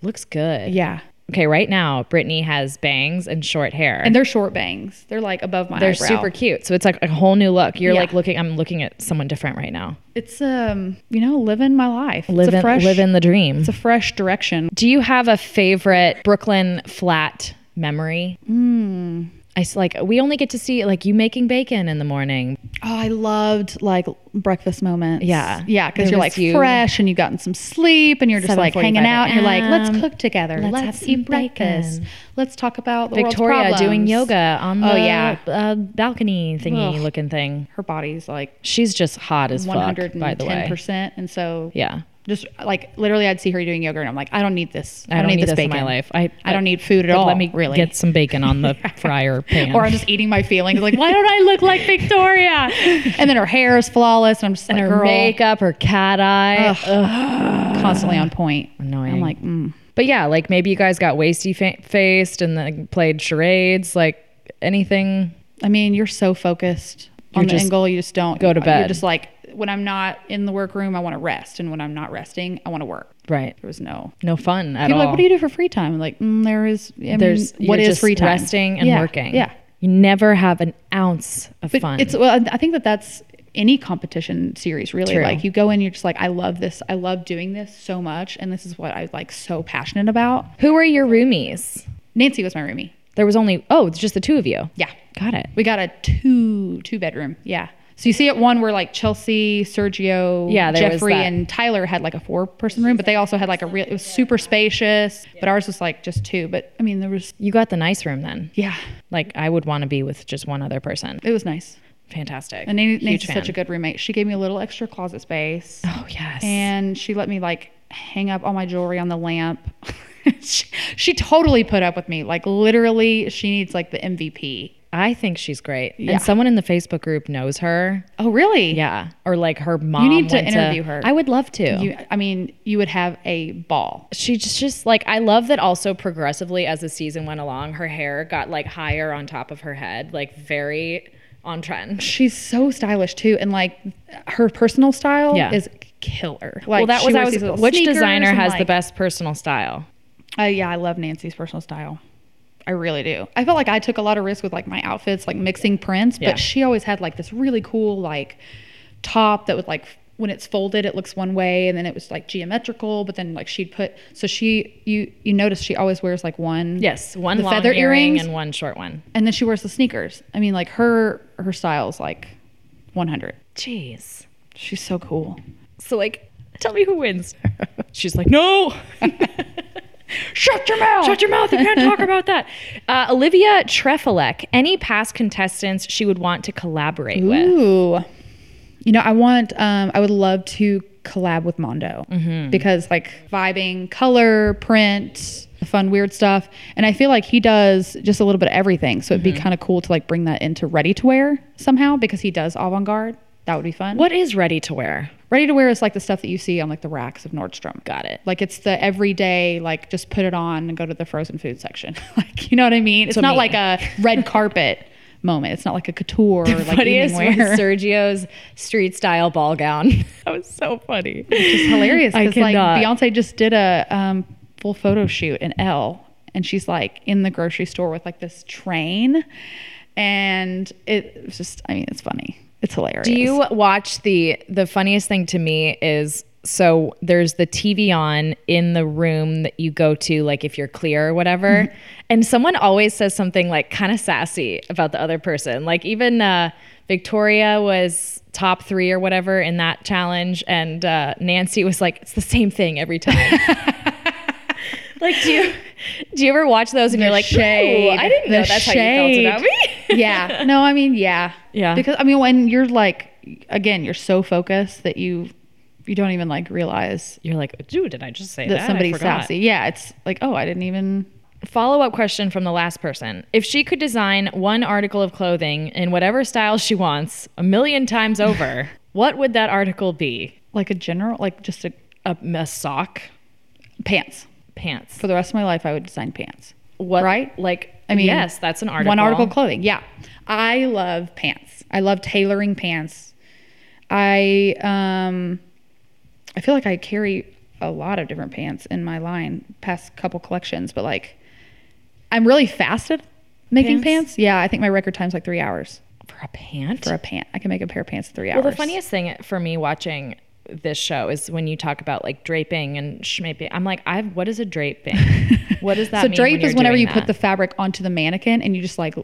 looks good." yeah Okay, right now Brittany has bangs and short hair, and they're short bangs they're like above my they're eyebrow. super cute. So it's like a whole new look. You're Yeah. like looking. I'm looking at someone different right now. it's um you know living my life it's Living, a fresh, living the dream. it's a fresh direction Do you have a favorite Brooklyn flat memory? Mm. I s- like we only get to see like you making bacon in the morning. Oh, I loved like breakfast moments. Yeah. Yeah. Cause There you're was like you. fresh and you've gotten some sleep and you're just like hanging 7:45 out and you're like, let's a.m. cook together. Let's Let's, have some eat breakfast. bacon." Let's talk about the world's Victoria doing problems. yoga on the Oh, yeah. uh, balcony thingy Ugh. looking thing. Her body's like She's just hot as fuck, by the way. 110%. And so, Yeah. Just like literally, I'd see her doing yoga and I'm like, I don't need this. I don't, need, this this bacon. in my life. I, I don't need food at all. Let me really get some bacon on the fryer pan. Or I'm just eating my feelings. Like, why don't I look like Victoria? and then her hair is flawless, and I'm just like, her girl, makeup, her cat eye. constantly on point. Annoying. I'm like, mm. but yeah, like maybe you guys got wasty fa- faced and then played charades, like anything. I mean, you're so focused on the just- end goal, you just don't go to bed. You're just like, when I'm not in the workroom, I want to rest, and when I'm not resting, I want to work. Right. There was no. No fun at all. People are like, what do you do for free time? I'm like, mm, there is. I mean, There's what you're is just free time? Resting and Yeah, working. Yeah, You never have an ounce of but fun. it's well, I think that that's any competition series really. True. Like you go in, you're just like, I love this. I love doing this so much, and this is what I like so passionate about. Who were your roomies? Nancy was my roomie. There was only oh, it's just the two of you. Yeah, Got it. We got a two two bedroom. Yeah. So you see at one where like Chelsea, Sergio, Yeah, there was Jeffrey, that. and Tyler had like a four person room, but they also had like a real. It was super spacious, but ours was like just two. But I mean, there was You got the nice room then. yeah, Like I would want to be with just one other person. it was nice. fantastic. And Nate- Nate's fan. such a good roommate. She gave me a little extra closet space. Oh yes. and she let me like hang up all my jewelry on the lamp. she, she totally put up with me. Like literally, she needs like the MVP. I think she's great. Yeah. And someone in the Facebook group knows her. Oh, really? Yeah. Or like her mom. need to went interview her. I would love to. You, I mean, you would have a ball. she just, just like I love that also progressively as the season went along, her hair got like higher on top of her head, like very on trend. She's so stylish too, and like her personal style Yeah. is killer. Like, well, that she was I wears was these little which sneakers designer and, has the like- best personal style? Uh, yeah, I love Nancy's personal style. I really do. I felt like I took a lot of risks with like my outfits, like mixing prints, but Yeah. she always had like this really cool like top that would like f- when it's folded it looks one way and then it was like geometrical, but then like she'd put so she you you notice she always wears like one Yes, one the long feather earring earrings and one short one. and then she wears the sneakers. I mean like her her style's like 100. Jeez. She's so cool. So like, tell me who wins. She's like, no. Shut your mouth. Shut your mouth. You can't talk about that. Uh, Olivia Trefalek. Any past contestants she would want to collaborate with? Ooh. You know, I want, um, I would love to collab with Mondo Mm-hmm. because like vibing, color, print, fun, weird stuff. And I feel like he does just a little bit of everything. So it'd Mm-hmm. be kind of cool to like bring that into ready to wear somehow because he does avant garde. That would be fun. What is ready to wear? Ready to wear is like the stuff that you see on like the racks of Nordstrom. Got it. Like it's the everyday, like just put it on and go to the frozen food section. like, you know what I mean? It's what I not mean. like a red carpet moment. It's not like a couture or like evening funniest was wear. Sergio's street style ball gown. that was so funny. It's hilarious I because like cannot. Beyonce just did a um, full photo shoot in L, and she's like in the grocery store with like this train, and it was just I mean it's funny, it's hilarious. Do you watch the the funniest thing to me is so there's the TV on in the room that you go to like if you're clear or whatever Mm-hmm. and someone always says something like kind of sassy about the other person like even uh Victoria was top 3 or whatever in that challenge and uh Nancy was like it's the same thing every time Like do you do you ever watch those and you're like shade. no I didn't The know that's how you shade. felt about me yeah. No, I mean yeah. Yeah. Because I mean when you're like again you're so focused that you you don't even like realize You're like dude did I just say that, that I somebody's forgot." sassy. Yeah. It's like oh I didn't even. Follow up question from the last person. If she could design one article of clothing in whatever style she wants a million times over, what would that article be? Like a general, like just a A, a sock? pants. Pants. For the rest of my life, I would design pants. What, right? Like, I mean, yes, that's an article. One article of clothing. Yeah. I love pants. I love tailoring pants. I um I feel like I carry a lot of different pants in my line past couple collections, but like I'm really fast at making Pants? pants. Yeah, I think my record time's like 3 hours For a pant? for a pant. I can make a pair of pants in 3 hours. well, the funniest thing for me watching this show is when you talk about like draping and schmaping. I'm like, I've what is a draping? what does that So mean? drape when you're is whenever doing you that? put the fabric onto the mannequin and you just like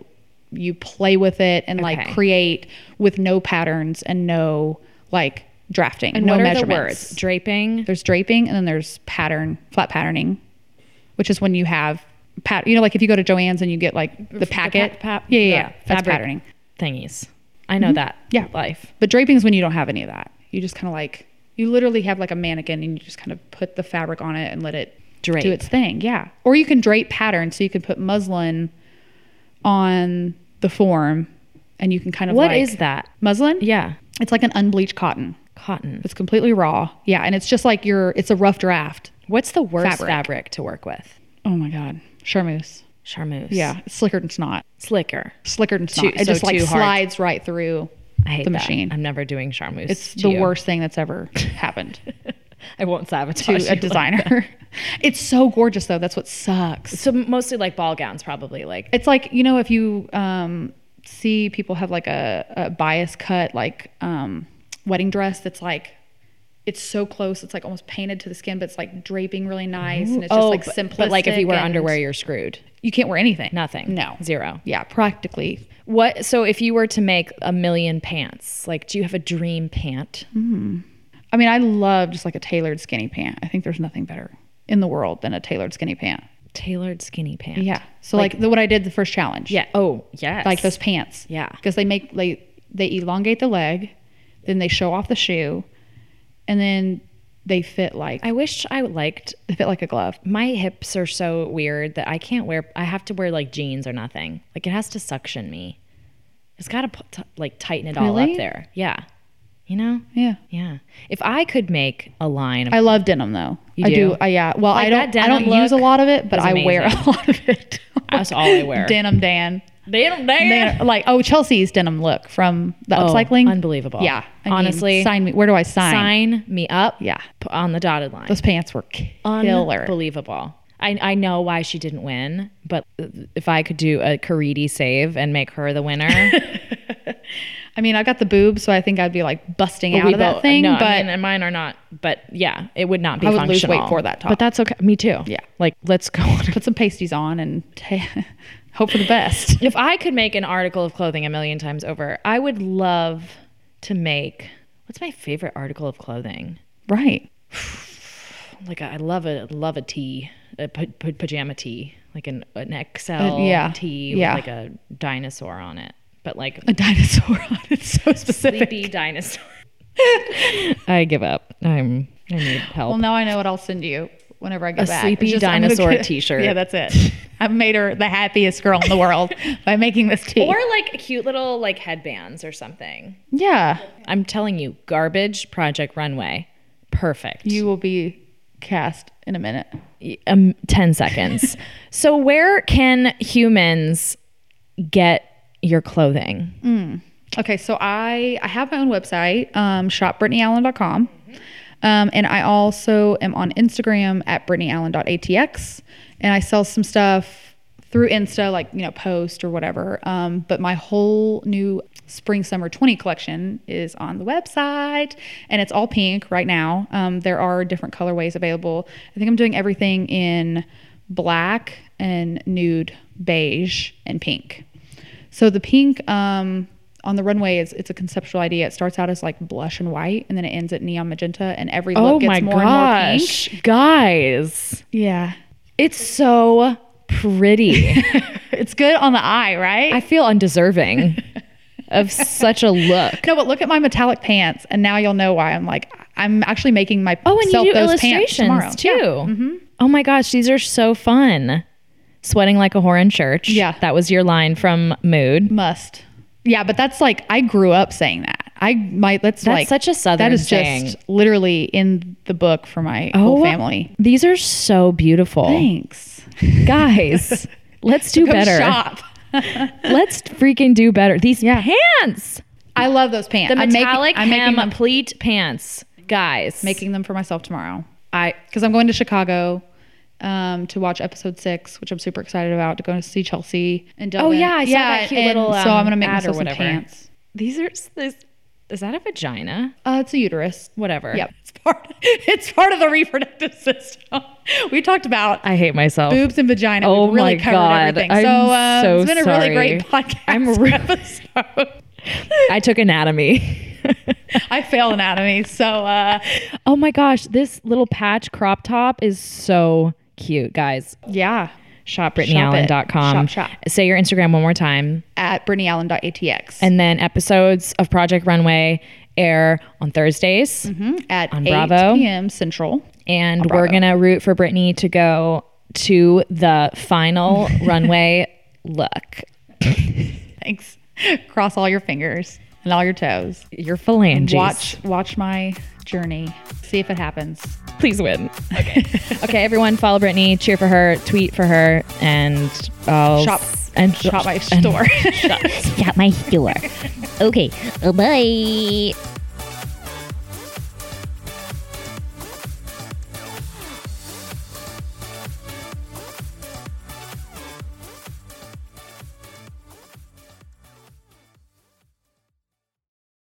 you play with it and Okay. like create with no patterns and no like drafting and no what are the measurements. words? Draping. There's draping and then there's pattern flat patterning, which is when you have pat. You know, like if you go to Joanne's and you get like the packet. pap- yeah, yeah, the yeah. That's fabric patterning. Thingies. I know that. Mm-hmm. Yeah. Life. But draping is when you don't have any of that. You just kind of like you literally have like a mannequin and you just kind of put the fabric on it and let it Drape. do its thing. Yeah. Or you can drape pattern, so you can put muslin on the form, and you can kind of What like, is that? muslin? Yeah. it's like an unbleached cotton. Cotton. It's completely raw. Yeah, and it's just like your it's a rough draft. What's the worst fabric, Fabric. to work with? Oh my god, charmeuse. Charmeuse. Yeah, it's slicker than snot. Slicker. Slicker than snot. Too- it just so like too hard. slides right through I hate the that. machine. I'm never doing charmeuse. it's to the you. worst thing that's ever happened I won't to sabotage you a like that. designer. it's so gorgeous though. That's what sucks. so mostly like ball gowns, probably like It's like you know if you um, see people have like a, a bias cut like um, wedding dress that's like. It's so close. It's like almost painted to the skin, but it's like draping really nice, and it's just like oh, but- simplistic. But like if you wear and- underwear, you're screwed. you can't wear anything. Nothing. No. Zero. Yeah, practically What? So if you were to make a million pants, like do you have a dream pant? Mm-hmm. I mean, I love just like a tailored skinny pant. I think there's nothing better in the world than a tailored skinny pant. Tailored skinny pants. Yeah. So like, the, what I did the first challenge. Yeah. Oh yes. Like those pants. Yeah. Because they make they they elongate the leg, then they show off the shoe, and then they fit like I wish I liked they fit like a glove. my hips are so weird that I can't wear. I have to wear like jeans or nothing. Like it has to suction me. It's got to t- like tighten it all up Really? there. Yeah, you know. Yeah. Yeah. If I could make a line, of, I love denim though. You I do? do. I, yeah. Well, Like I that don't. I denim don't use a look lot of it, but is I wear a amazing. lot of it. that's all I wear. denim Dan. Damn, damn. Man, like oh Chelsea's denim look from the Oh, upcycling. unbelievable. Yeah. I mean, Honestly, sign me. Where do I sign? sign me up. Yeah. p- on the dotted line. Those pants were killer. Unbelievable. I, I know why she didn't win, but if I could do a Caridi save and make her the winner, I mean, I got the boobs, so I think I'd be like busting out we of that both- thing. no, I but mean, and mine are not. But yeah, it would not be. I would lose weight functional. for that top. But that's okay. Me too. Yeah. Like, let's go. on. put some pasties on and hope for the best. if I could make an article of clothing a million times over, I would love to make. What's my favorite article of clothing? right. Like, I love a love a tee, a pa- pa- pajama tee, like an an XL Uh, yeah. tee Yeah. with like a dinosaur on it. But like A dinosaur on it. So specific. sleepy dinosaur. I give up. I'm. I need help. Well, now I know what I'll send you whenever I get A back. sleepy It's I'm gonna dinosaur get- t-shirt. Yeah, that's it. I've made her the happiest girl in the world by making this tea. or like cute little like headbands or something. yeah, I'm telling you, garbage Project Runway, perfect. you will be cast in a minute. um, ten seconds. so where can humans get your clothing? Okay, so I I have my own website, um, shopbrittanyallen.com. Um, and I also am on Instagram at brittanyallen.atx. And I sell some stuff through Insta, like, you know, post or whatever. Um, but my whole new spring summer 20 collection is on the website and it's all pink right now. Um, there are different colorways available. I think I'm doing everything in black and nude, beige, and pink. So the pink um, on the runway is it's a conceptual idea. It starts out as like blush and white, and then it ends at neon magenta, and every look Oh gets my more and more gosh, pink. guys, Yeah, it's so pretty. it's good on the eye, right? I feel undeserving of such a look. no, but look at my metallic pants, and now you'll know why I'm like I'm actually making my Oh, and you do those pants tomorrow. Mm-hmm. illustrations too. Oh my gosh, these are so fun. Sweating like a whore in church. Yeah. that was your line from Mood. Must. Yeah, but that's like I grew up saying that. I my that's, like such a Southern That is saying. just literally in the book for my Oh, whole family. These are so beautiful, Thanks. guys. Let's do Go better. shop. Let's freaking do better. These Yeah. pants, I love those pants. the I'm making- metallic I'm making hem them pleat pants, guys. making them for myself tomorrow I because I'm going to Chicago um, to watch episode six, which I'm super excited about to go and see Chelsea and Dylan. Oh, yeah, I saw that cute and little, so um, I'm gonna make ad or myself some whatever. pants. these are this. Is that a vagina? Uh, it's a uterus. Whatever. Yep, it's part. It's part of the reproductive system. We talked about I hate myself. boobs and vagina. Oh We've really my covered God, everything. I'm so, um, so it's been a really great sorry. podcast. I'm re- episode. I took anatomy. I fail anatomy, so uh, Oh my gosh, this little patch crop top is so cute, guys. yeah. ShopBrittanyAllen.com. Shop, shop. Say your Instagram one more time. At BrittanyAllen.atx And then episodes of Project Runway air on Thursdays. at 8 Bravo. p.m. Central. And we're going to root for Brittany to go to the final runway look. Thanks. Cross all your fingers and all your toes. Your phalanges. Watch watch my journey. See if it happens. Please win. Okay. okay, everyone, follow Brittany, cheer for her, tweet for her, and I'll Shop and shop my and- store. uh, Got my door. Okay, bye.